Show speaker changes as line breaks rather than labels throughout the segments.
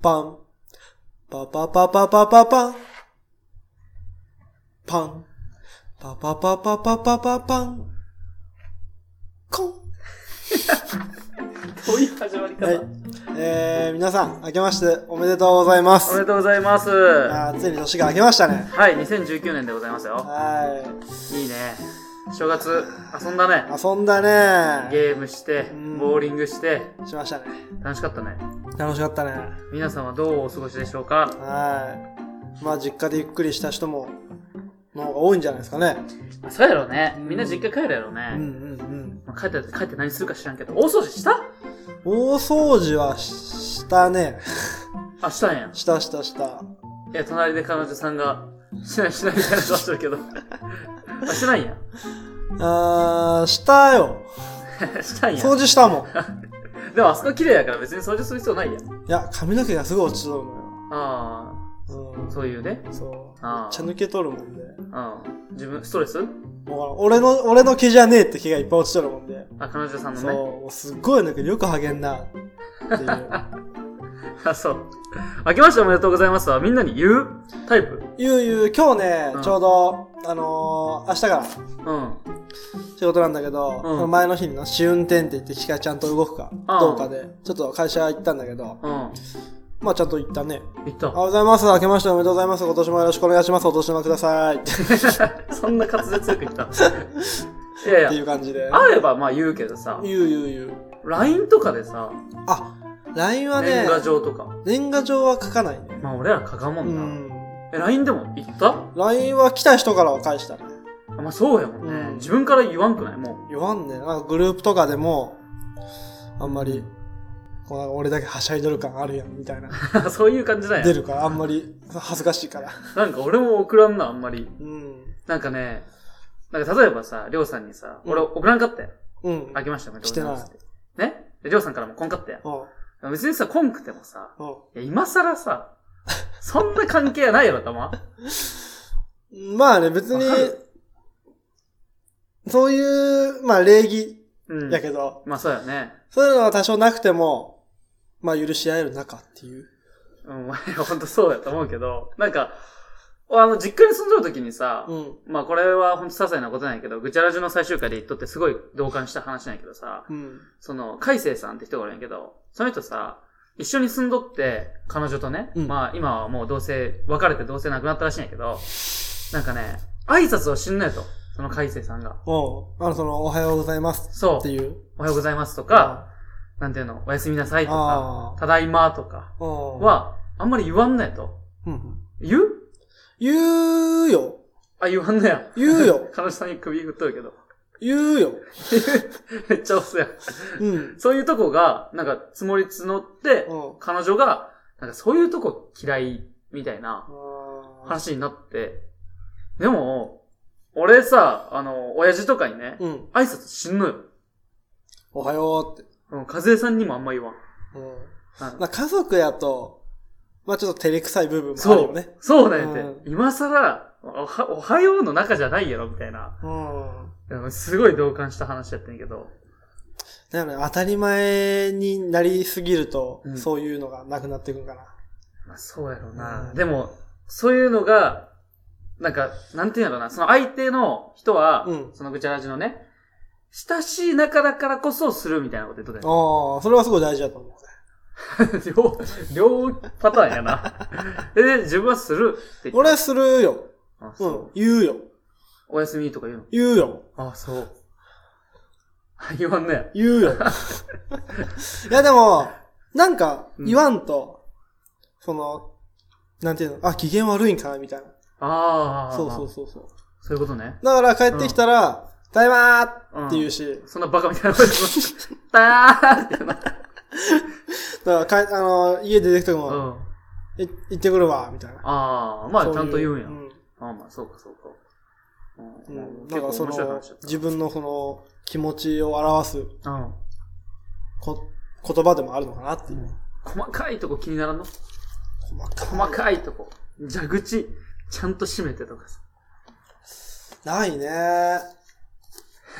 パン。パパパパパパパン。パン。パパパパパパパパン。コン。
どういう始まり方、
はい。えー、皆さん、明けましておめでとうございま
おめ
す。
でとうございます。は
あーついに年が明けましたね。
い、2019年でございますよ。
はい
いね。正月、遊んだね。
い。遊んだね
ゲームして
うん、
ボーリングして、
しましたね。
楽しかったね。
楽しかったね。
皆さんはどうお過ごしでしょうか
はい。まあ、実家でゆっくりした人も、の方が多いんじゃないですかね。
あそうやろうね。みんな実家帰るやろう
うんうん
ね。
うん。
まあ帰って、帰って何するか知らんけど。大掃除した
大掃除はししたね。
あ、したんや。
したしたした。
いや、隣で彼女さんが、しないしないみたいな顔して るけど。あ、してないんや。
あー、したよ。
したんや。
掃除したもん。
でもあそこ綺麗やから別に掃除する必要ないやん。
いや、髪の毛がすぐ落ちとるのよ。
あ
うん
あ、。そういうね。
そう。めっ
あ
ちゃ抜けとるもんで。
あ。うん。自分、ストレス
もう俺の、俺の毛じゃねえって毛がいっぱい落ちとるもんで。
あ、彼女さんの
そう、
ね。
もうすっごい抜けよく励んだ。っていう。
あ、そう。明けましておめでとうございますはみんなに言うタイプ
ゆうゆう、今日ね、
うん
ちょうど、あのー、明日から
うん。
仕事なんだけど、その前の日にの試運転って言って機械ちゃんと動くか、
ああ
どうかで、ちょっと会社行ったんだけど、
うん。
まあちゃんと行ったね。
言っ
おはようございます。明けましておめでとうございます。今年もよろしくお願いします。お年玉ください。って
た。そんな滑舌よく 言った。いやい
い
や、
う感じで。
会えばまあ言うけどさ、
ゆうゆうゆう。
LINE とかでさ、
あ、LINE はね
年、賀状とか。
年賀状は書かないね。
まあ俺らかかんも
うん
な。
ん。
え、LINE でも言った
LINE は来た人からは返したね。
あまあそうやもん
うん
ね。自分から言わんくないも
言わんね。なんかグループとかでも、あんまり、こうなんか俺だけはしゃいどる感あるやん、みたいな。
う。 そういう感じだ
出
よ。
るから、あんまり恥ずかしいから。
なんか俺も送らんな、あんまり。
うん。
なんかね、なんか例えばさ、りょうさんにさ、俺
うん
送らんかったよ。
うん。
あけましておめでとうございますって。ねでりょうさんからもこんかったよ。
うん。
別にさ、こんくてもさ、
う
いや今更さ、 そんな関係はないやろ、たま。
ん。まあね、別に
わか、
そういう、まあ礼儀
うん。
やけど、
まあそうよね。
そういうのは多少なくても、まあ許し合える仲っていう。
うん、まあほんとそうやと思うけど、なんか、あの、実家に住んじゃう時にさ、
うん。
まあこれはほんと些細なことなんやけど、ぐちゃらじの最終回で言っとってすごい同感した話なんやけどさ、
うん。
その、海星さんって人がおるんやけど、その人さ、一緒に住んどって、彼女とね、
うん
まあ今はもう同棲、別れて同棲なくなったらしいんやけど、なんかね、挨拶をしんないと、その海星さんが。
おうあの、その、おはようございます
そう
って。いう。
おはようございますとか、なんていうの、おやすみなさいと
あ
か、
ー
ただいまとか
うん、
は、あんまり言わんないと。
うん、
言う
言うよ。
あ、言わんなや。
言うよ。
彼女さんに首振っとるけど。
言うよ。
めっちゃ押すやん。
うん。うん。
そういうとこが、なんか、積もり募って、彼女が、なんかそういうとこ嫌い、みたいな話になって。でも、俺さ、あの、親父とかにね、
うん。
挨拶しんのよ。
おはようって。
うん、和江さんにもあんま言わん。
うん。
う
まあ、家族やと、まあちょっと照れくさい部分もある
そ
よ
う、
ね。
そうなんやっ
う
て。今更、おは、おはようの中じゃないやろ、みたいな。
うん。
でもすごい同感した話やったんやけど。
だよね、当たり前になりすぎると、
うん
そういうのがなくなっていくんかな。
まあ、そうやろうな。
うん
でも、そういうのが、なんか、なんていうんやろうな。その相手の人は、
うん
そのぐちゃらじのね、親しい仲だからこそするみたいなこと言っとったやん
ああ、それはすごい大事だと思う。
両、両パターンや な。で、自分はするって言って。
俺するよ。。
あそううん
言うよ。
おやすみとか言うの
言うよ。
あ、そう。 言わんね。
言うよ。 いやでも、なんか言わんと、その、なんていうの、あ、機嫌悪いんかなみたいな。
ああ。
そうそう。そうそう。
そういうことね。
だから帰ってきたら、ただいまーって言うし、
そんなバカみたいなこと言 うのたーって言うな。
だからかあの、家出てきて
う
も、
ん。
い行ってくるわ、みたいな。
ああ、まあ
そい
ちゃんと言うんや。
うん
ああまあ、そうかそうか。う
うん
ん。
だ
結
か
構
らそ
面白い
の
話だっ、
自分のその、気持ちを表す
た。うん。
こ言葉でもあるのかなっていう。
細かいとこ気にならんの
細かい。
細かいとこ。蛇口、ちゃんと閉めてとかさ。
ないね。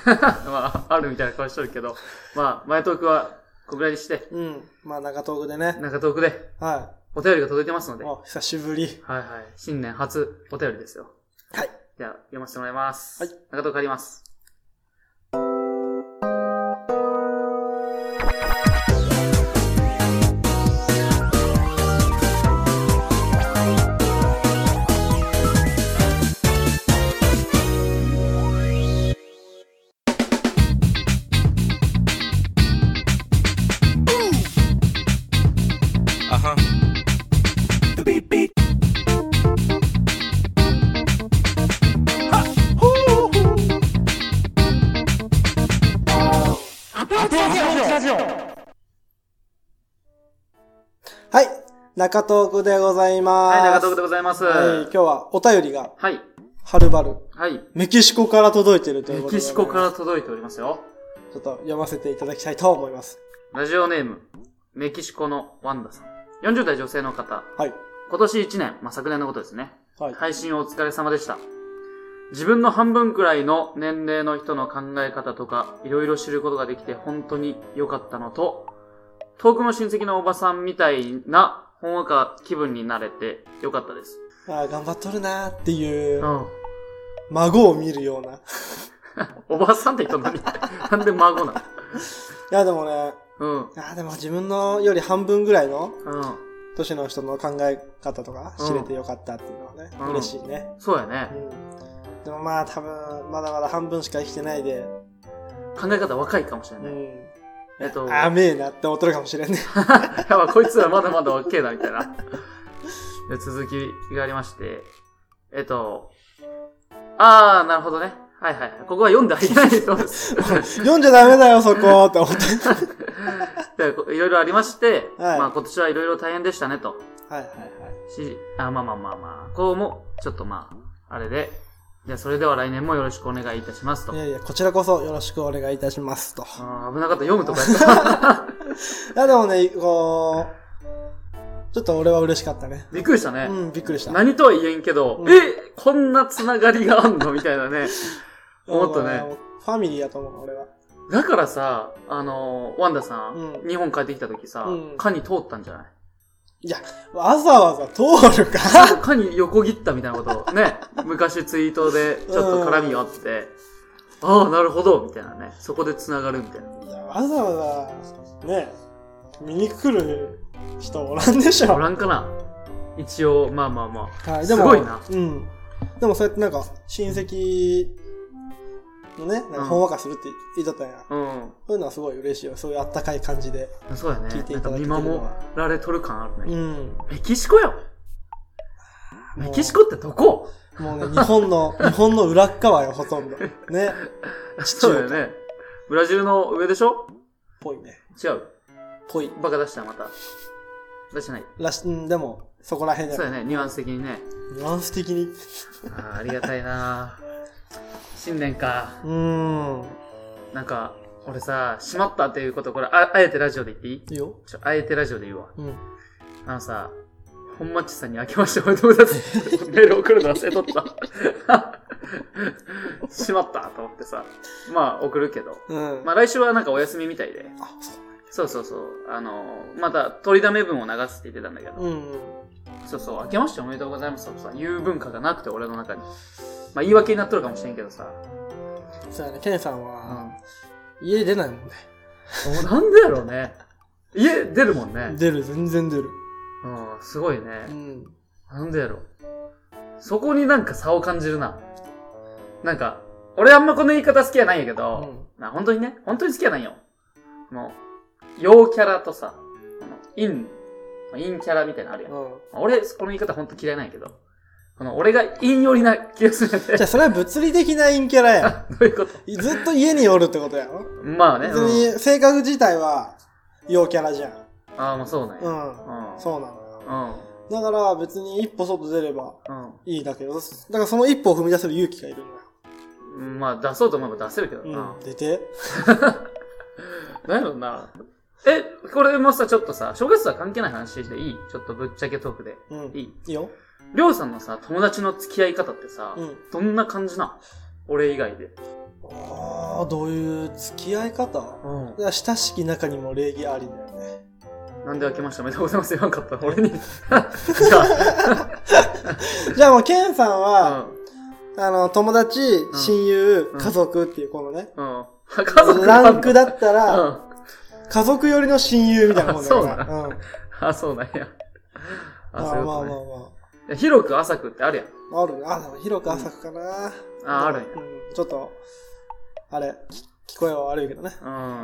まあ、あるみたいな顔しとるけど。まあ、前トークは、こぐらいにして、
うん。まあ、中東区でね。
中トークで、
は
お便りが届いてますので。はい
あ、久しぶり。
はい。新年初お便りですよ。
はい。
じゃあ、読ませてもらいます。
はい。
中戸借ります。
Uh huh. The beat beat. Ha!
はい。中東区でございます。
はい、中戸でございます。
はい今日はお便りが、
はい。
はるばる、
はい。
メキシコから届いてるという
メ
ことで。
キシコから。届いておりますよ。
ちょっと読ませていただきたいと思います。
ラジオネーム、メキシコのワンダさん。40代女性の方。
はい。
今年1年、まあ、昨年のことですね。
はい。
配信お疲れ様でした。自分の半分くらいの年齢の人の考え方とか、いろいろ知ることができて本当に良かったのと、遠くの親戚のおばさんみたいな、ほんわか気分になれて良かったです。
ああ、頑張っとるなーっていうう、
ん。
孫を見るような。い
おばさんって 人何なんで孫な
や、でもね、
の
ああ、でも自分のより半分ぐらいの
うん。うん。
年の人の考え方とか知れてよかったっていうのはね、
うん
嬉しいね。
そうやね。
うん。でもまあ多分、まだまだ半分しか生きてないで、
考え方若いかもしれ
う
ない。
ん。
えっと、
甘えなって思ってるかもしれんね。
やばい、こいつら まだまだ OK だ、みたいな。で、続きがありまして、えっと、あー、なるほどね。はいはいはい。ここは読んではいけないそうです。
読んじゃダメだよ、そこって思って。
でこいろいろありまして、
はい
まあ今年はいろいろ大変でしたねと。
はいはいはい。
し、あ、まあまあまあまあ、こうも、ちょっとまあ、あれで、じゃあそれでは来年もよろしくお願いいたしますと。
いやいや、こちらこそよろしくお願いいたします と。
あー危なかった、読むとかや った。
いやでもね、こう、ちょっと俺は嬉しかったね。
びっくりしたね。
うん、びっくりした。
何とは言えんけど、
うん
えこんなつながりがあんのみたいなね。思った
あ
ね
の。ファミリーやと思う、俺は。
だからさ、あのー、ワンダさん、
うん
日本帰ってきた時さ、
うん
カニ通ったんじゃない
わざわざ通るか
カニ横切ったみたいなことをね、昔ツイートでちょっと絡みがあって、ああ、なるほど、みたいなね。そこで繋がるみたいな。
いや、わざわざ、ね、見に来る人おらんでしょ。
ご覧かな一応、まあまあま
はい、
すごいな
うん。でもそうやってなんか、親戚のね、なん
う
か
ん
ほんわかするって言いとったんや。
あ。う
そういうのはすごい嬉しいよ。そういうあったかい感じで
ん。そうやね
聞い。てい
なん
た
か
だけ
見
てる
守
のは。
られとる感ある
う
ね。
ん。
メキシコよメキシコってどこ
もうね、日本の、 日本の裏っ側よ、ほとんど。ね。地中
そう
海
だよね。ブラジルの上でしょ
ぽいね。
違う。
ぽい。
バカ出した、また。出してない。
らし、うん、でも、そこら辺
そう
で、
やね、ニュアンス的にね。
ニュアンス的に。う
あーありがたいな新年か。
ーん。
なんか、俺さ、しまったっていうこと、これ、ああえてラジオで言っていい
いいよ。
ちょ、あえてラジオで言うわ。
うん。
あのさ、本町さんに明けましておめでとうございます って。メール送るの忘れとった。 しまったと思ってさ。まあ、送るけど。
うん。
まあ、来週はなんかお休みみたいで。
あ、そ
そうそうそう。あのーまた、取りだめ文を流すって言ってたんだけど。
う。うん。
そうそう、明けましておめでとうございますとさ、言う文化がなくて、俺の中に。まあ、言い訳になっとるかもしれんけどさ。
そうやね、ケンさん
う
は、
ん。
家出ないもんね。
おなんでやろうね。家出るもんね。
出る、全然出る。
うん、すごいうね。
ん。
なんでやろう。そこになんか差を感じるな。なんか、俺あんまこの言い方好きやないんやけ
う
ど、
ん。
まあ本当にね、本当に好きやないよ。この、陽キャラとさ、このイン、インキャラみたいなのあるやん。
うん。
まあ俺、この言い方本当嫌いなんやけど、この俺がイン寄りな気がするんやで
じゃあ、それは物理的な陰キャラや
どういうこと
ん。ずっと家におるってことやろ
まあね。
別
うん
に、性格自体は、陽キャラじゃん。
ああ、まあそうね。
う
うん。
ん。そうなのよ。
うん。
だから、別に一歩外出ればいいだけど、だからその一歩を踏み出せる勇気がいるんだ
うん。まあ出そうと思えば出せるけど
よ
な。。
うん。出て。
なんやろな。え、これもさ、ちょっとさ、正月とは関係ない話でいいちょっとぶっちゃけトークで。
うん。い
いい
いよ。
りょうさんのさ、友達の付き合い方ってさ、
うん。
どんな感じなん俺以外で。
ああ、どういう付き合い方
うん
い。や親しき中にも礼儀ありだよね。
なんで開けましたおめでとうございます言わんかった俺 に。じゃ
じゃあもう、ケンさん
あ、
は、あの、友達、
ん
親友、
うん
家族っていうこのね、
うん。うん。家族
ランクだった
う
ら、
ん。
家族寄りの親友みたいなもんだから。
あそう
うん。
あ、そうなんや。あ、
ま
そうい
あ
う
ま
こ
あま
とね
あま
いや。広く浅くってあるやん。
あ。あるね。あ、でも広く浅くかな。
あ、あるんや。
うん。ちょっと、あれ、き聞こえは悪いけどね。
うん。な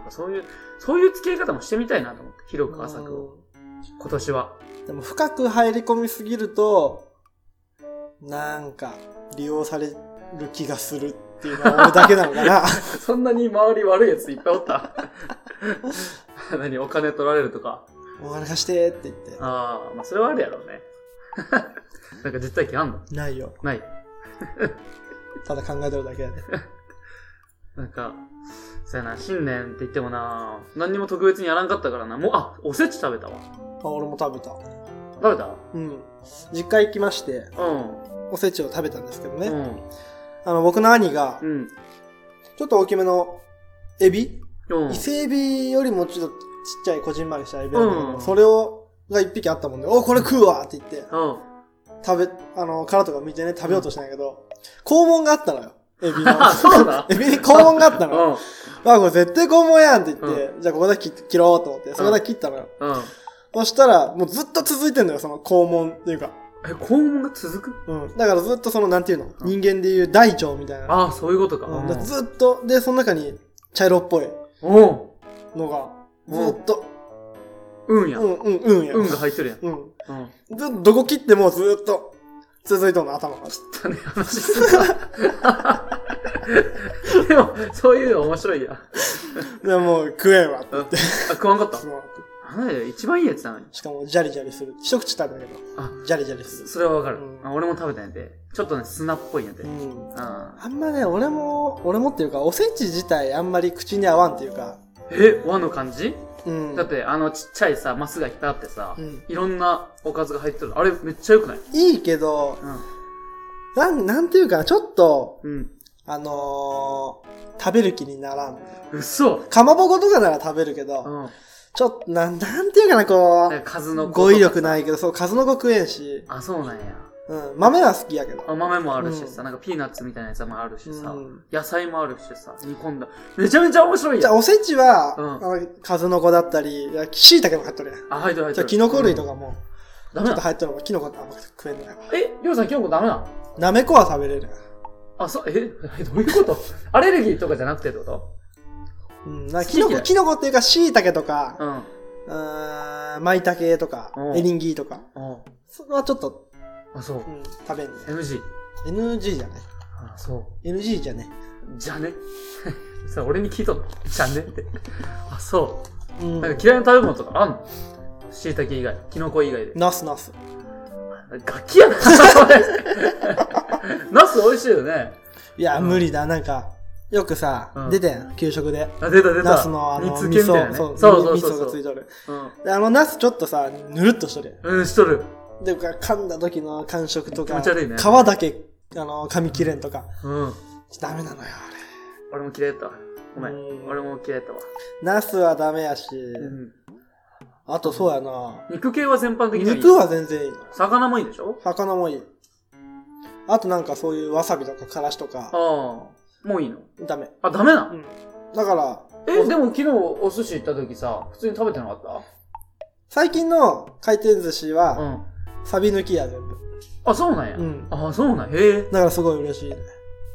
んかそういう、そういう付き合い方もしてみたいなと思って。広く浅くを。今年は。
うんでも深く入り込みすぎると、なんか、利用される気がするっていうのは俺だけなのか な。
そんなに周り悪いやついっぱいおった 何お金取られるとか。
お金貸してって言って。
ああ、まあそれはあるやろうね。 なんか実体験あんの
ないよ。
ない。
ただ考えてるだけやね。
なんか、そうやな、新年って言ってもな、何にも特別にやらんかったからな。もう、あ、おせち食べたわ。
あ、俺も食べた。
食べた
うん。実家行きまして、
うん。
おせちを食べたんですけどね。
うん。
あの、僕の兄が
う、ん。
ちょっと大きめのエビ、
うん
伊。勢エビよりもちょっとちっちゃいこじんまりしたエビなんだけど、
うん
それを、が一匹あったもんで、お、これ食うわって言って、
うん。。
食べ、あの、殻とか見てね、食べようとしたんやけど、肛門があったのよ。エビの
そうだ
エビに肛門があったのよ。
うん。
あ、これ絶対肛門やんって言って、じゃあここだけ切切ろうと思って、そこだけ切ったのよ。
うん。
そしたら、もうずっと続いてんのよ、その肛門っていうか。
え、肛門が続く
うん。だからずっとその、なんていうの人間でいう大腸みたいな。
ああ、そういうことか。
うん、だからずっと、で、その中に茶色っぽい
おう
のが、
うん
ずっと、
うんや
う。ん、うん、うんや。
うんが入ってるやん。
うん。
うん。
ずどこ切ってもずっと続いとんの、頭が。
汚ね話してた。でも、そういうの面白いや。
でもう食えんわって
うん。あ、食わんかった
そう
あのね、一番いいやつなのに。
しかも、ジャリジャリする。一口食べたけど、
あ、
ジャリジャリする。
それはわかる
う。ん
あ俺も食べたんやで。ちょっとね、砂っぽいんやで。
う
うん。
ん。
あ
あんまね、俺も、俺もっていうか、おせち自体あんまり口に合わんっていうか、
え、和の感じ
うん。
だっ、て、あのちっちゃいさ、マスがいっぱいあってさ
う、ん。
いろんなおかずが入ってる。あれ、めっちゃ良くない
いいけど、
う
なん、なんていうかな、ちょっと、
ん。うん。
あのー、食べる気にならん。
嘘
かまぼことかなら食べるけど、
うん。
ちょっと、なん、なんていうかな、こ
なん
う、
か数の子とか
語彙力ないけど、そう、数の子食えんし、
あ、そうなんや。
うん、豆は好きやけど。
あ豆もあるし
う
さ、
ん
なんかピーナッツみたいなやつもあるしさ、
うん
野菜もあるしさ、煮込んだ。めちゃめちゃ面白い
じゃ
や
あ、
ん。
おせちは、
うん
あの、数の子だったり、いや椎茸も入っとるやん。
あ、入ってる入って
じゃあ、
る。
キノコ類と
か。
かも、
ダ
ち
メ
ょっと
だ。
入っとるもん。キノコって甘くて食えんのやわ。
え、りょうさんキノコダメなの
なめこは食べれるやん。
あ、そう、え、 どういうことアレルギーとかじゃなくてってこと
うん、なんか
好き
キノ
嫌
コ、
い
キノコっていうか、椎茸とか、
うん。あ
うーん、舞茸とか
う、ん
エリンギとか、そこはちょっと、
あ、そう
う。ん、食べんね
NG。
NG じゃない
あ、そう。
?NG じゃね
じゃね それ俺に聞いとんのじゃねって。あ、そうう。
ん。
なんか嫌いな食べ物とかあんの椎茸以外、キノコ以外で。
ナスナス。
ガキやな、それ。 ナス美味しいよね。
いや、無理だ、なんか、よくさ、
うん
出てん、給食で。
あ、出た出た。
ナスのあの、
煮
味
付けみたい
噌、
なね。
そう、
そう
味
そう
噌が
そ。
ついうとる。
うん
であの、ナスちょっとさ、ぬるっとしとるやん。
うん、しとる。
で、噛んだ時の感触と
気持
か、
ち悪いね
皮だけ、あの、噛み切れんとか。
うん。
ダメなのよ、あれ。
俺も嫌いだったわ。ごめ
うん
ん。俺も嫌いだったわ。
ナスはダメやし、
うん。
あとそうやな。
肉系は全般的にはいい。
肉は全然いいの。
魚もいいでしょ
魚もいい。あとなんかそういうわさびとかからしと
ああ
か、。
もういいの
ダメ。
あ、ダメな
う
の
ん。だから、
え、でも昨日お寿司行った時さ、普通に食べてなかっ
最近の回転寿司
たう
は、
ん。
サビ抜きや全部。
あ、そうなんや。
うん
あ、そうなんや。へえ。
だからすごい嬉しいね。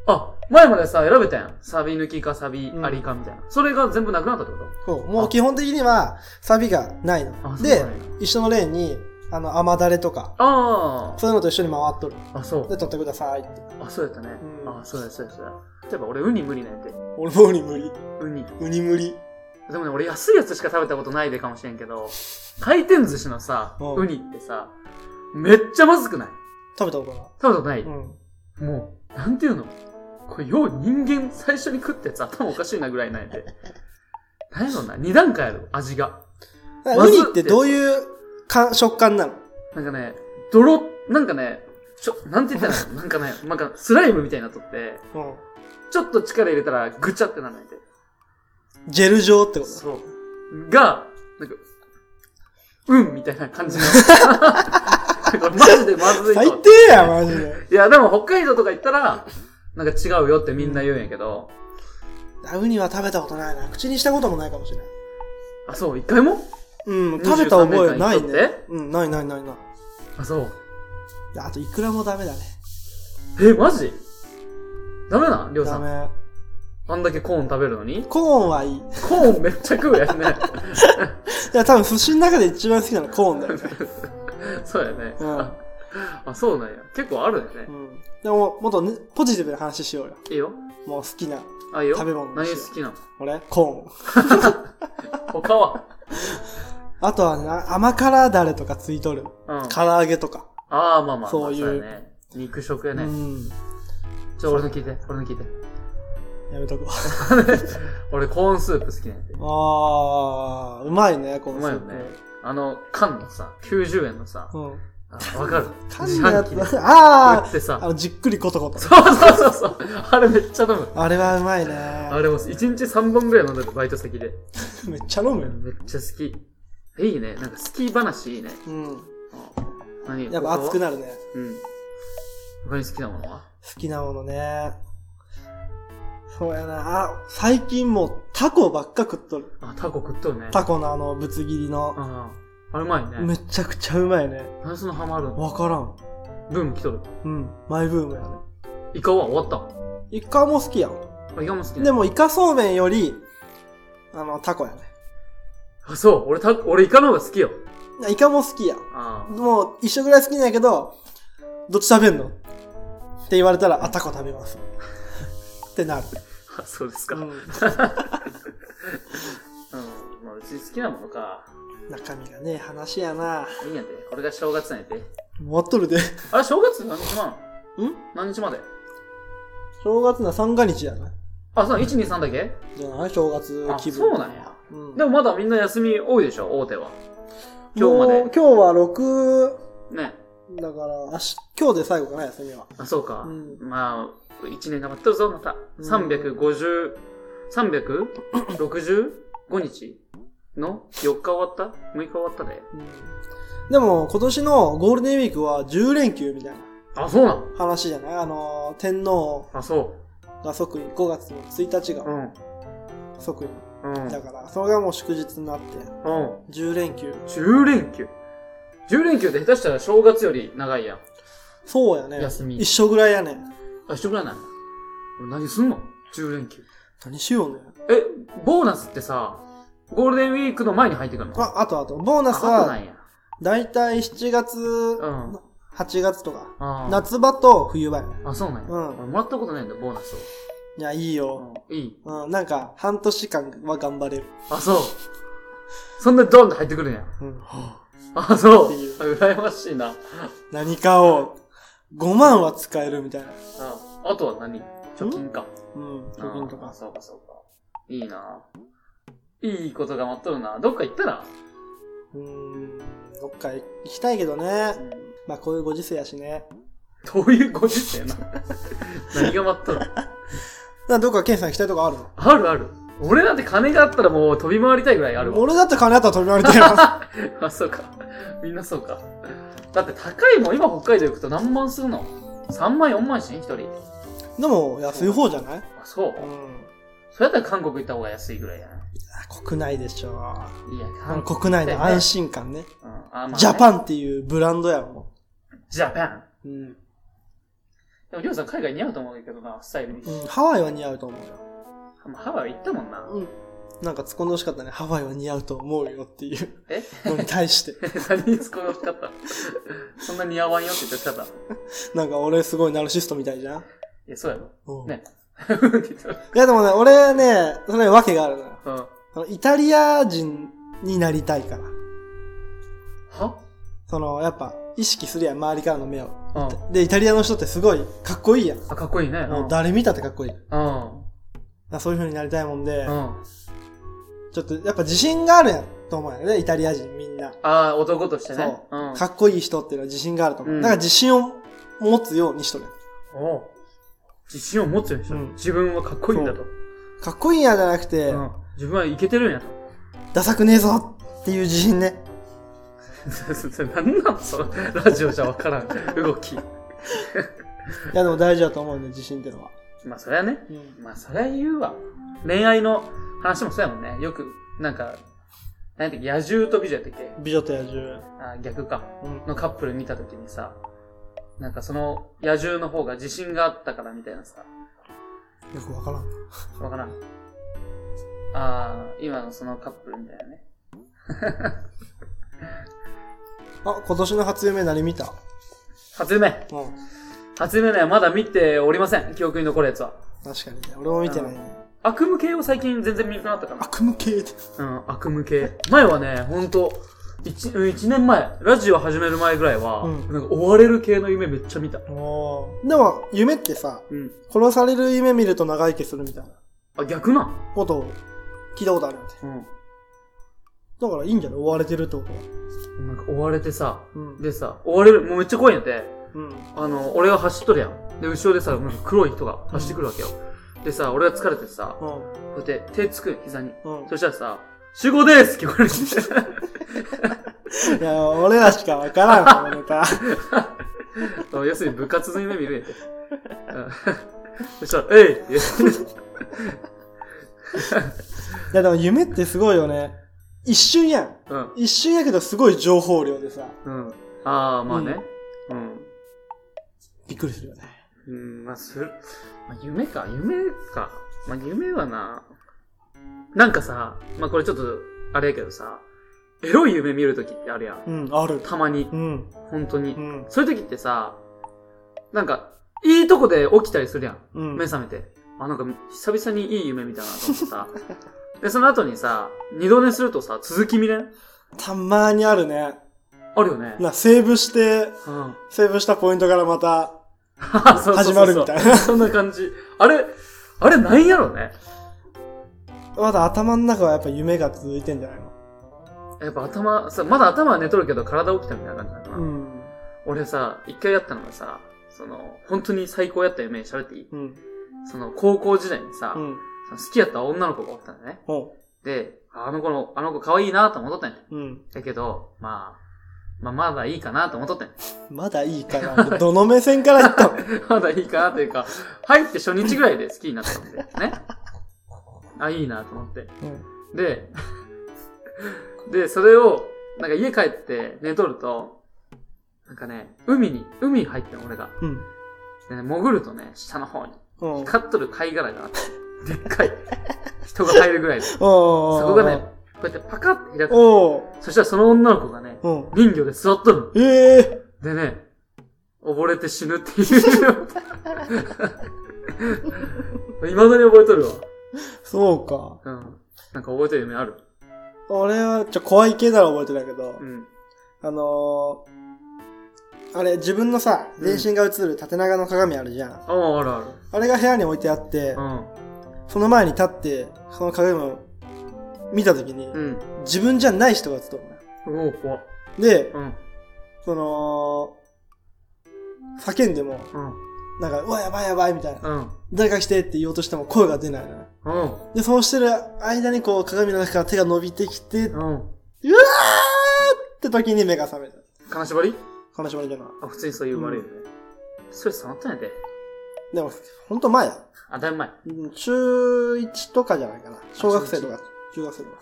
あ、前までさ、選べたやん。サビ抜きかサビ
うん
ありかみたいな。それが全部なくなったってこと
そう。もう基本的には、サビがないの。
あ
で
そうなんや、
一緒のレーンに、あの、甘だれとか、
あ
そういうのと一緒に回っとる。
あ。あ、そう。
で、取ってくださいって。
あ、そうやったね。
うん
あ、そうや、そうや、そうや。例えば俺、ウニ無理なんやて。
俺もウニ無理。
ウニ。
ウニ無理。
でもね、俺安いやつしか食べたことないでかもしれんけど、回転寿司のさ、
うん
ウニってさ、めっちゃまずくない
食べたことない。
食べたことない、
うん。
もう、なんていうのこれ、よう人間最初に食ったやつ頭おかしいなぐらいなんやで。何やろな、二段階ある、味が。
だから
ま
ウ
ず
ニってどういうか食感なの
なんかね、泥、なんかね、ちょ、なんて言ったらいいのなんかね、なんかスライムみたいになっとって、
うん。
ちょっと力入れたらぐちゃってならないで。
ジェル状ってこと
そう。が、なんか、うんみたいな感じの。これマジでまずい
最
と。
低や、マジで。
いや、でも北海道とか行ったら、なんか違うよってみんな言うんやけど。
ラウニは食べたことないな。口にしたこともないかもしれない。
あ、そう、一回も
うん、食べた覚えない
23年間にとっ
ね。うん、ないないないない。
あ、そう。
あと、いくらもダメだね。
え、マジダメなんりょうさ
ダ
ん。
メ。
あんだけコーン食べるのに
コーンはいい。い
コーンめっちゃ食うや んね。
や、多分、寿司の中で一番好きなのコーンだよね。
そうやね。
うん
あ、そうなんや。結構あるよね
う。ん。でも、もっとね、ポジティブな話しようよ。
いいよ。
もう好きな。
あ、いいよ。
食べ物の
何
種
好きなの
俺、コーン。
他は
あとはね、あ甘辛だれとかついとる。
うん。あ
唐揚げとか。
あー、まあまあまあ、
そういう
やね。肉食や
う
ね。
ん。
ちょ、俺の聞いて。俺の聞いて。
やめとくわ。
俺、コーンスープ好きなんやて。
あー、うまいね、こ
う
のス
まいよ
ー
ね
プ。。
あの、缶のさ、90円のさ、
うん。
あわかる
噛
自
んだや
販機
つ
で。
あ
売って
ーあ
さ。
の、じっくりコトコト。
そうそうそうそう。あれめっちゃ飲む。
あれはうまいね。
あれも1日3本ぐらい飲んでるバイト先で。
めっちゃ飲むよ。
めっちゃ好き。いいね。なんか好き話いいね。
うん。
うん何
やっぱ熱く
い
なるね。
うん。他に好きなものは
好きなものね。そうやな。あ、最近もうタコばっか食っとる。
あ、タコ食っとるね。
タコのあの、ぶつ切りの。
ああ、あれうまいね。
めちゃくちゃうまいね。
何そのハマるの
わからん。
ブーム来とる。
うん。マイブームやね。
イカは終わっ
イカも好きやん。
たあイカも好きね
で。もイカそうめんより、あの、タコやね。
あ、そう。俺タコ、俺イカの方が好きよ。
イカも好きやん。
あ
もう一緒ぐらい好きなんやけど、どっち食べんのって言われたら、あ、タコ食べます。ってなる。
あ、 そうです
う
か。うん。
ん。
まあ、うち好きなものか。
中身がね、話やな。
いいんやで。これが正月なんやで。
終わっとる で。ん
あれ、正月何日まん何日まで
正月な三が日やな。
あ、そう、1、2、3だけ
じゃない正月
あ、
気分。
そうなんや。
うん
でもまだみんな休み多いでしょ、大手は。今日まで
もう今日は六
ね。
だから、明日、今日で最後かな、休みは。
あ、そうか。
うん
まあ、一年が待ってるぞ、また。
うん
350、365日の4日終わった ?6 日終わったで。
でも、今年のゴールデンウィークは10連休みたいな
あ、そうなん
話じゃないあのー、天皇
あ、そ
が即位、5月の1日
う。う
が
ん。
即位。
うん。
だから、それがもう祝日になって、
うん。
10連休。
10連休。10連休って下手したら正月より長いやん。
そうやね。
休み
一緒ぐらいやね。
あ、一緒くらいなんだ。俺何すんの ?10 連休。
何しようね。
え、ボーナスってさ、ゴールデンウィークの前に入ってくるの
あ、あとあと、ボーナス
あ後な
は、
んや。
だいたい7月、
ん
8月とか、
あー
夏場と冬場やね。
あ、そうなんや。
うん
俺もらったことないんだ、ボーナスを。
いや、いいよ。
いい。
うん、なんか、半年間は頑張れる。
あ、そう。そんなドンって入ってくるんや。
うん。
あ、そう。
っていう
あ羨ましいな。
何かを、5万は使えるみたいな。
ああとは何貯金か。
うん、貯金と
あ
か。
そうか、そうか。いいな。いいことが待っとるな。どっか行ったら。
うーん、どっか行きたいけどね。まあ、こういうご時世やしね。
どういうご時世な。 何が待っとる
なんかどっかケンさん行きたいとこあるの
あるある。俺だって金があったらもう飛び回りたいぐらいあるわ。
俺だって金あったら飛び回りたい な。
あ、そうか。みんなそうか。だって高いもん、今北海道行くと何万するの ?3 万、4万しん一人。
でも、安い方じゃない
あ、そう
う。ん。
それだったら韓国行った方が安いぐらいやな。
国内でしょ。
いや、
あ
韓
の
国。
国内の安心感ね。
うん、あ、まあね
ジャパンっていうブランドやも
ジャパン。
ん。うん。
でも、りょうさん海外似合うと思うけどな、スタイルに。
うん、ハワイは似合うと思うよ。
まあハワイ行ったもんな。
うん。なんか突っ込んでほしかったね。ハワイは似合うと思うよっていう
え
のに対して。
何に使うしかったそんな似合わんよって言ってほしかった。い
なんか俺すごいナルシストみたいじゃん、
や、そうやろ。
うん、
ね。うんって言ったら
いやでもね、俺ね、それわけがあるな。
うん。
あのイタリア人になりたいから。
は
その、やっぱ、意識するやん、周りからの目を。
うん。
で、イタリアの人ってすごいかっこいいやん。
あ、かっこいいね。うん。
もう誰見たってかっこいい。だか
うん。
らそういう風になりたいもんで
う、ん。
ちょっとやっぱ自信があるやんと思うよね、イタリア人みんな。
ああ、男として
そ
ね。
う、
ん。
かっこいい人っていうのは自信があると思う。
うん
だから自信を持つようにしとる。
おう自信を持つようにした
うん
自分はかっこいいんだと。
かっこいいやんじゃなくて、
うん自分はいけてるんやと。
ダサくねえぞっていう自信ね。
何なのその、ラジオじゃわからん動
い
き。
や、でも大事だと思うね、自信ってのは。
まあ、そりゃね。
うん。
まあ、そりゃ言うわ。恋愛の話もそうやもんね。よく、なんか、何やったっけ、野獣と美女やったっけ
美女と野獣。
あ、逆か。
うん。
のカップル見たときにさ、なんかその野獣の方が自信があったからみたいなさ、
よくわからん。
わからん。ああ、今のそのカップルみたいなね。
あ、今年の初夢何見た
初夢
うん。
初夢ね、まだ見ておりません。記憶に残るやつは。
確かにね。俺も見てないね。
悪夢系を最近全然見なくなったか
悪夢系って。
ら。うん、悪夢系。前はね、ほんと、一、うん一年前、ラジオ始める前ぐらいは、
うん
なんか追われる系の夢めっちゃ見た。
おーでも、夢ってさ、
うん。
殺される夢見ると長生きするみたいな
あ、逆なん。
ことを聞いたことあるんで。
う
だからいいんじゃない追われてるってことは。
ん。なんか追われてさ、
うん。
でさ、追われる、もうめっちゃ怖いんやって。
うん。
あの、俺が走っとるやん。で、後ろでさ、なんか黒い人が走ってくるわけよ。でさ、俺が疲れてさ、こ
う
うやって手つくんよ膝に。
ん。うん。
そしたらさ、集合ですって聞こ えるし。
いや、俺らしかわからん、このネタ。
要するに部活の夢見るんやて。うん そしたら、えいって言う
いや、でも夢ってすごいよね。一瞬やん。
うん。
一瞬やけどすごい情報量でさ、
うん。あー、まあね。うん。
びっくりするよね。
うん、まあ、する。 まあ、夢か、夢か。まあ、夢はな、なんかさ、まあこれちょっと、あれやけどさ、エロい夢見るときってあるやん。
うん、ある。
たまに
う、ん、
本当に。
うん、
そういう時ってさ、なんか、いいとこで起きたりするやん。
うん。
目覚めて。あ、なんか、久々にいい夢見たなと思って さ。で、その後にさ、二度寝するとさ、続き見れん
たまにあるね。
あるよね。
な、セーブして、
うん。
セーブしたポイントからまた、
始
始まるみたいな
そんな感じ。あれ、あれなんやろね。
まだ頭の中はやっぱ夢が続いてんじゃないの
やっぱ頭、さ、まだ頭は寝とるけど体起きたみたいな感じなのかな。
うん。
俺さ、一回やったのがさ、その、本当に最高やった夢喋っていい
うん。
その、高校時代にさ、
うん。
その好きやった女の子がおったんだね。
ほ
で、あの子の、あの子可愛いなと思っとったんや。
う。うん。
だけど、まあ、まあ、まだいいかなと思っとったんや。
まだいいか な。どの目線から言ったの
まだいいかなというか、入って初日ぐらいで好きになったんで、ね。あ、いいなと思って。で、 で、それを、なんか家帰って寝とると、なんかね、海に、海に入ってん俺が。
うん。
でね、潜るとね、下の方に、
うん。うん。
光っとる貝殻があって、でっかい、人が入るぐらいで。そ
お
こがね、こうやってパカッて開く。
おー
そしたらその女の子がね、
うん。
人魚で座っとるの。
ええ
でね、溺れて死ぬっていう。 未だに覚えとるわ。
そうか。
うん。なんか覚えてる夢ある
俺は、ちょ、怖い系なら覚えてたけど
う、ん。
あのー、あれ、自分のさ、全身が映る縦長の鏡あるじゃん。
ああ、あるある。
あれが部屋に置いてあって
う、ん。
その前に立って、その鏡を見たときに、
うん。
自分じゃない人が映ったのよ。
おお、怖っ。
で、
うん。
その、叫んでも、
うん。
なんか、うわ、やばいやばいみたいな。
うん。
誰か来てって言おうとしても声が出ないのよ。
うん。
で、そうしてる間にこう、鏡の中から手が伸びてきて、うわーっ
うん。
て時に目が覚めた。
金縛り
金縛りじゃない。
あ、普通にそういう悪いよね。それ触ったんやで。
でも、ほんと前や。
あ、だいぶ前。
うん中1とかじゃないかな。小学生とか、中学生とか。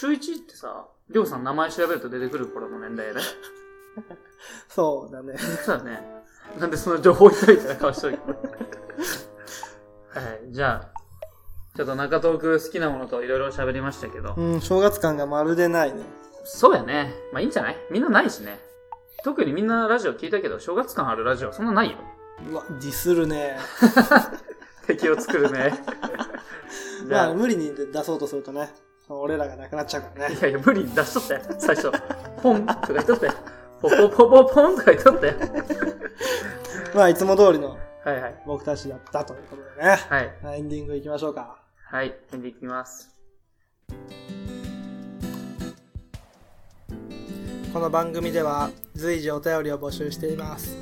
中1ってさ、りょうさん名前調べると出てくる頃の年代やで。
そうだね。
そうだね。なんでその情報一人みたいな顔しと るけどはい、じゃあ、ちょっと中東区好きなものといろいろ喋りましたけど、
うん、正月感がまるでないね。
そうやね。まあいいんじゃないみんなないしね。特にみんなラジオ聞いたけど、正月感あるラジオそんなないよ。
うわ、ディスるね。
敵を作 るね。じゃ
ま
あ
あ、、無理に出そうとするとね、俺らがなくなっちゃうからね
い。やいや、無理に出しとったよ、最初。ポンとか言っとったよ。ポポポポポンとか言っとったよ。
まあ、いつも通りの
はいはい。
僕たちだったということでね。
はい。
まあエンディング行きましょうか。
はい。エンディングいきます。
この番組では随時お便りを募集しています。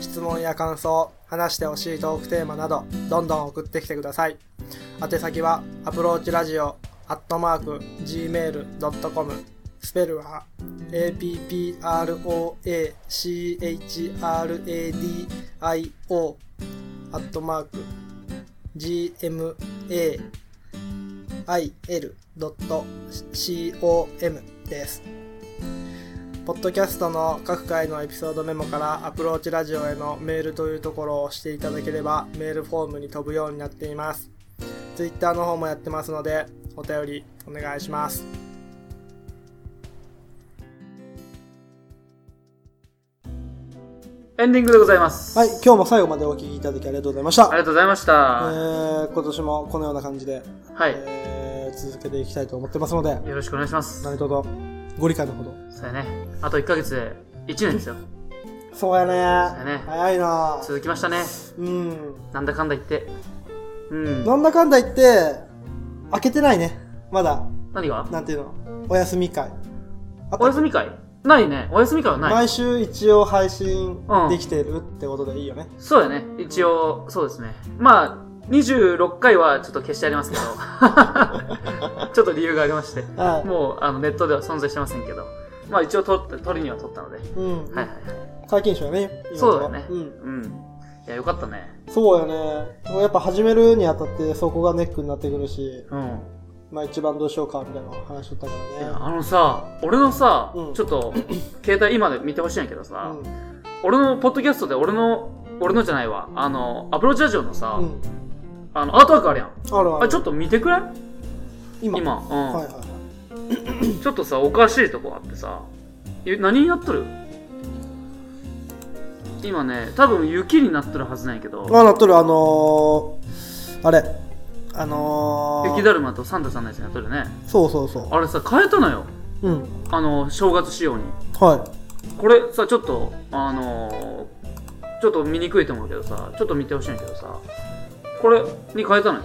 質問や感想、話してほしいトークテーマなど、どんどん送ってきてください。宛先は、アプローチラジオ、アットマーク、gmail.com、スペルは approachradio アットマーク gmail.com です。ポッドキャストの各回のエピソードメモからアプローチラジオへのメールというところを押していただければメールフォームに飛ぶようになっています。Twitter の方もやってますのでお便りお願いします。
エンディングでございます。
はい、今日も最後までお聞きいただきありがとうございました。
ありがとうございました。
えー、今年もこのような感じで、
はい。
えー、続けていきたいと思ってますので、
よろしくお願いします。
何卒ご理解のほど。
そうやね。あと1ヶ月で1年ですよ。
そうや
そう
ね
やね
早いな
続きましたね。
うん。
なんだかんだ言って。うん。
なんだかんだ言って、開けてないね。まだ、
何が
なんていうの、お休み会。あ
お休み会ないね。お休み会はない。
毎週一応配信
うん
できてるってことでいいよね。
そうやね。一応、そうですね。まあ、26回はちょっと消してありますけど。ちょっと理由がありまして。
はい
もう、あの、ネットでは存在してませんけど。まあ一応撮った、撮りには撮ったので。
うん。
はいはいはい。
解禁賞やね。今の
そうだよ
は
ね。
うん。
うん。いや、よかったね。
そうよね。やっぱ始めるにあたってそこがネックになってくるし、
うん。
まあ一番どうしようかみたいな話しとったから
い
ね
や。あのさ、俺のさ、
うん
ちょっと、携帯今で見てほしいんやけどさ、
うん
俺のポッドキャストで俺の、俺のじゃないわ、あの、アプローチラジオのさ、
うん、
あの、アートワークあるやん。
あるある。
あ、ちょっと見てくれ
今
今、うん、
はいはいはい。
ちょっとさ、おかしいとこあってさ、ゆ何になっとる今ね、多分雪になっとるはずなんやけど、
まあなっとる、あのー、あれ、あのー、
雪だるまとサンタさんのやつになっとるね。
そうそうそ
あれさ、変えたのよ。
う。うん。
あの、正月仕様に。
は
これさちょっとあのー、ちょっと見にくいと思うけどさちょっと見てほしいんだけどさこれに変えたの
い。
よ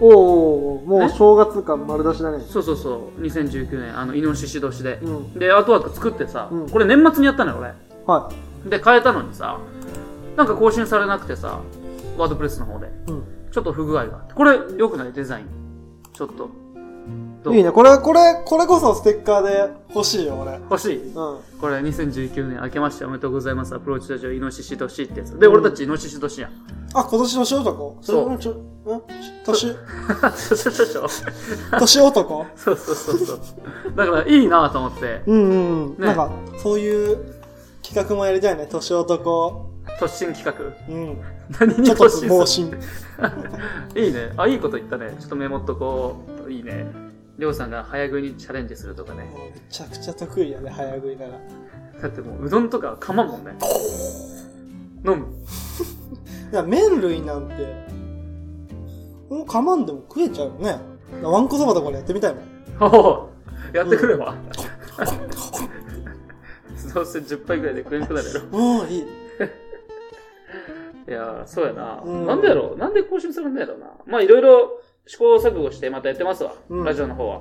おおも
う
う正月感丸出しだね。
そうそうそう2019年あのイノシシ年で
う、ん。
でアートワーク作ってさ、
うん
これ年末にやったのよ俺
は
で変えたのにさなんか更新されなくてさワードプレスの方で
い。うん。
ちょっと不具合があってこれ良くないデザインちょっとどう
いいね。これ、これ、これこそステッカーで欲しいよ、俺。
欲しい
うん。
これ2019年明けましておめでとうございますアプローチラジオイノシシ年ってやつで、俺たちイノシシ年や ん
あ、今年年男
そう
れちょ、うん年、
そうそうそうそう
年男
そうそうそうそう。だからいいなと思って、
うんうんうん。
ね
なんか、そういう企画もやりたいね。年男。
突進企画。
うん。
何に
ちょっ
突
と
進する
盲信。
いいね。あ、いいこと言ったね。ちょっとメモっとこう。いいね。りょうさんが早食いにチャレンジするとかね。
もうめちゃくちゃ得意やね、早食いなら。
だってもううどんとかかまんもんね。飲む。
いや、麺類なんて、もうかまんでも食えちゃうよね。わんこそばとかでやってみたい もん。
おおやってくれば。どうせ10杯ぐらいで食えんくなるやろ。
もういい。
いやー、そうやな。
うん
なんでやろうなんで更新するんだやろうな。まあいろいろ試行錯誤してまたやってますわ。
うん
ラジオの方は。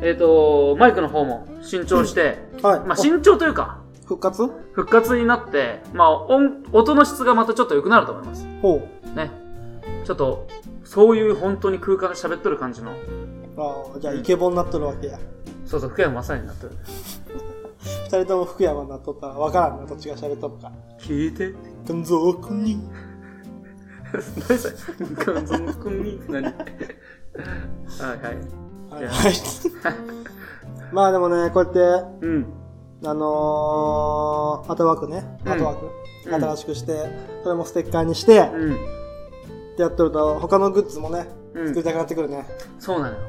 えっ、と、マイクの方も新調して、
はい。
まあ、慎重というか、
お復活
復活になって、まあ、音、音の質がまたちょっと良くなると思います。
ほう。
ね。ちょっと、そういう本当に空間で喋っとる感じの、
ああ、じゃあ、イケボになっとるわけや。
そうそう、福山雅治になっとる。
二人とも福山になっとったらわからんな、どっちが喋っとるか。
聞いて。
どんぞーくんに。
何それ ガンゾン君に何はいはい。
はい。はいまあでもね、こうやって、
うん。
あのー、後枠ね。
うん
後枠。
うん
新しくして、それもステッカーにして、っ
うん。
てやっとると、他のグッズもね、
うん
作りたくなってくるね。
そうなのよ。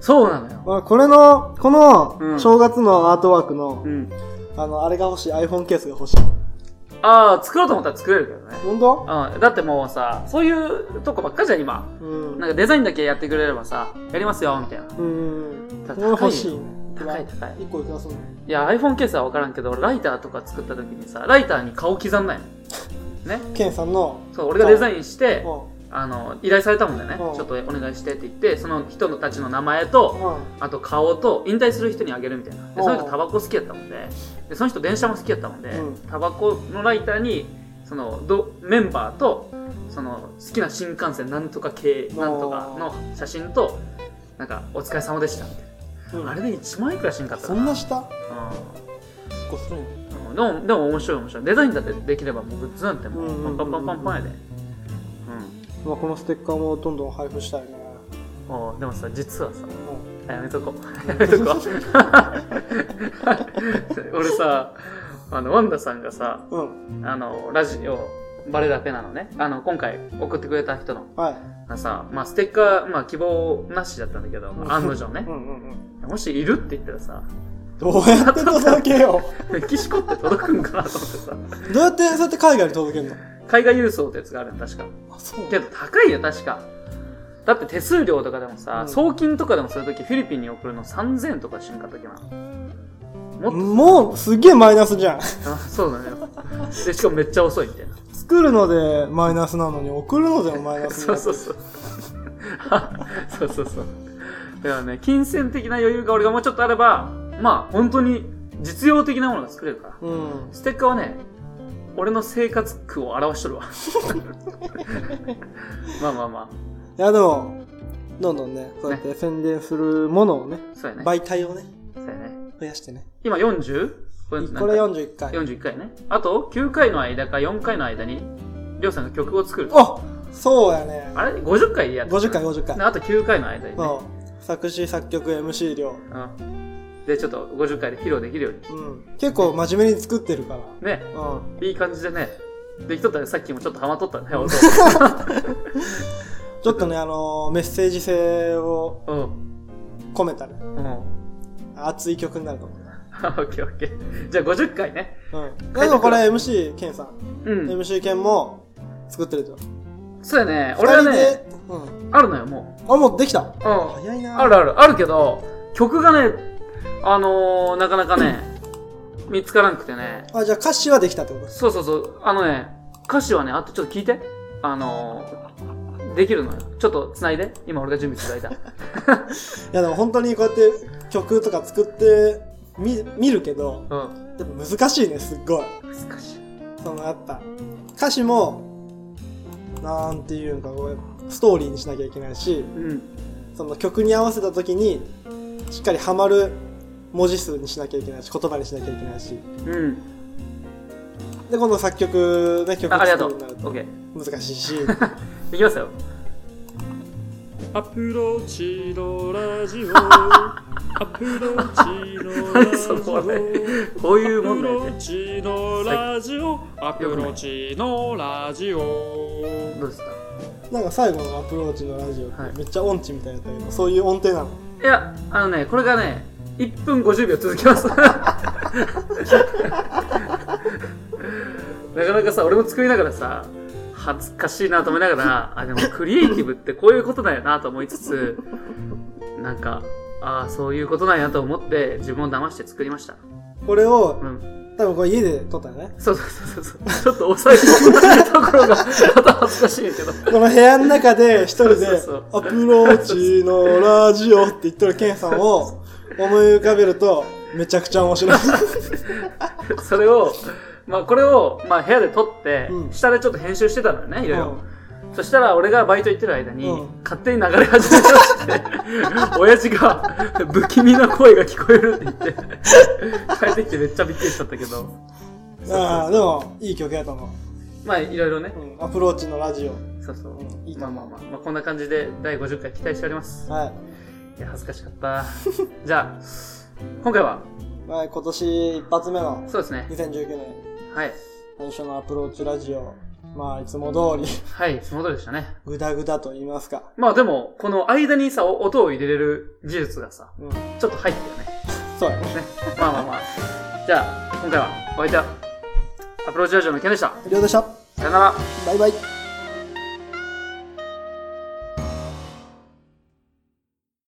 そうなのよ。
まあ、これの、こ
う
の、
ん
正月のアートワークの
う、ん。
あの、あれが欲しい、iPhone ケースが欲しい。
ああ、作ろうと思ったら作れるけどね。
本当
うん。だってもうさ、そういうとこばっかじゃん、今。
うん。
なんかデザインだけやってくれればさ、やりますよ、みたいな。
うん。
た
これ欲しいね。
高い高い
1個いくらすんの
いや、iPhone ケースは分からんけど、ライターとか作った時にさ、ライターに顔刻んないの。ね。
ケンさんの、
そう、俺がデザインして、
う
あの、依頼されたもんだよね。
うん
ちょっとお願いしてって言って、その人たちの名前と、
ん。うん。
あと顔と、引退する人にあげるみたいな。
う
で、
ん
その人タバコ好きやったもんで、で、その人電車も好きやったもんで
うん、
タバコのライターに、その、どメンバーと、その、好きな新幹線なんとか系、なんとかの写真と、なんか、お疲れ様でした、みたい
う
な。
ん
あれで1万いくらしんかった
そ
か
んな
な
下こっそり
うんうんでもでも面白い面白いデザインだってできればもうグッズなんても
うんうんうん
うパンパンパンパンパンやで
まあ、このステッカーもどんどん配布したいね
うんおうでもさ実は
う
さあやめとこうやめとこう 俺さあのワンダさんがさ
んうん
あのラジオバレだけなのねあの今回送ってくれた人の
はい
がさ、まあ、ステッカー、まあ、希望なしだったんだけど、まあ案の定ね
う、んうんうん
もしいるって言ったらさ
どうやって届けよう
メキシコって届くんかなと思ってさ
どうやってそうやって海外に届けるの
海外郵送ってやつがあるの確か
あそう
けど高いよ確かだって手数料とかでもさ、
うん
送金とかでもするときフィリピンに送るの3000とかしんかったっけなもっ
もうすげえマイナスじゃん
とあそうだねでしかもめっちゃ遅いみたいな
作るのでマイナスなのに送るのでもマイナス
そうそうそう そうそうそうだからね金銭的な余裕が俺がもうちょっとあればまあ本当に実用的なものが作れるから
ううん
ステッカーはね、俺の生活苦を表しとるわ。 まあまあま
いやでもどんどんねそうやって宣伝するものをね
あ、そうやね。
媒体をね
そうやね。
増やしてね
今 40? これ
これ41回
41回ね。あと、9回の間か4回の間に、りょうさんが曲を作る。
あそうやね
あれ ?50 回でやった。
50回50回
であと9回の間にね。
そう作詞作曲 MC 量
うん。で、ちょっと50回で披露できるように。
うん結構真面目に作ってるから
ね。
うん
いい感じでね。できとったね。さっきもちょっとハマっとったね、 音。
ちょっとねあのーメッセージ性を
うん。
込めたね
うん。
熱い曲になると思うね
オッケーオッケー。じゃあ50回ね。
うんでもこれ MC ケンさん、
うん。
MC ケンも作ってると
そうやね。俺はね、
二人でうん
あるのよ、も
あもうできた
う。うん。
早いな
あるある、あるけど、曲がね、あのー、なかなか ね、見つからなくてね。
あじゃあ歌詞はできたってことです
そうそうそう、あのね、歌詞はね、あとちょっと聞いて。あのー、できるのよ。ちょっと繋いで。今俺が準備していただいた。
いやでも本当にこうやって曲とか作ってみ見るけど
うん。
でも難しいねすっごい
難しい。
そのやっぱ歌詞もなんていうんかこうストーリーにしなきゃいけないし
うん。
その曲に合わせた時にしっかりハマる文字数にしなきゃいけないし言葉にしなきゃいけないし
うん。
で今度作曲ね曲
あありがと
作
う。
る
オ
になる
ッケ
と
ー。
難しい し
いきますよ。
アプローチのラジオアプローチのラ
何
ジ
そ
オ
これ。こうい
ア
う
プ
問題
ロー
で。
チのラジオアプローチのラジオ
どうですか
なんか最後のアプローチのラジオ
は
っ
い
てめっちゃ音痴みたいだったけどそういう音程なの
いや、あのね、これがね、1分50秒続きます。 なかなかさ、俺も作りながらさ、恥ずかしいなと思いながら、あ、でもクリエイティブってこういうことだよなと思いつつ、なんか、ああ、そういうことなんやと思って、自分を騙して作りました。
これを
うん。
多分これ家で撮ったよね
そうそうそうそう。ちょっと抑え込むところが、また恥ずかしいけど。
この部屋の中で一人で
そうそう
「アプローチのラジオ」って言っとるケンさんを思い浮かべるとめちゃくちゃ面白い
それを、まあこれを、まあ部屋で撮って、
うん
下でちょっと編集してたのよね、いろいろ。
うん
そしたら俺がバイト行ってる間に、
うん
勝手に流れ始めまして、 親父が不気味な声が聞こえるって言って、帰ってきてめっちゃびっくりしちゃったけど、
ああでもいい曲やと思う
まあいろいろね、
うんアプローチのラジオ。
そうそう
うんいい、と
まあ
思
ま
う
あまあ、まあこんな感じで第50回期待しております。
はい
や、恥ずかし かった。じゃあ、今回は、
い。はい、今年一発目の
そうですね、
2019年
はい、
最初のアプローチラジオ。まあ、いつも通り、
はい、その通りでしたね。
ぐだぐだと言いますか。
まあでも、この間にさ、お音を入れれる技術がさ、
うん。
ちょっと入ってるよね。
そうやね。
ね、まあまあまあ。じゃあ、今回はお相手は、アプローチラジオの件でした。
りょうでした。
さよなら。
バイバイ。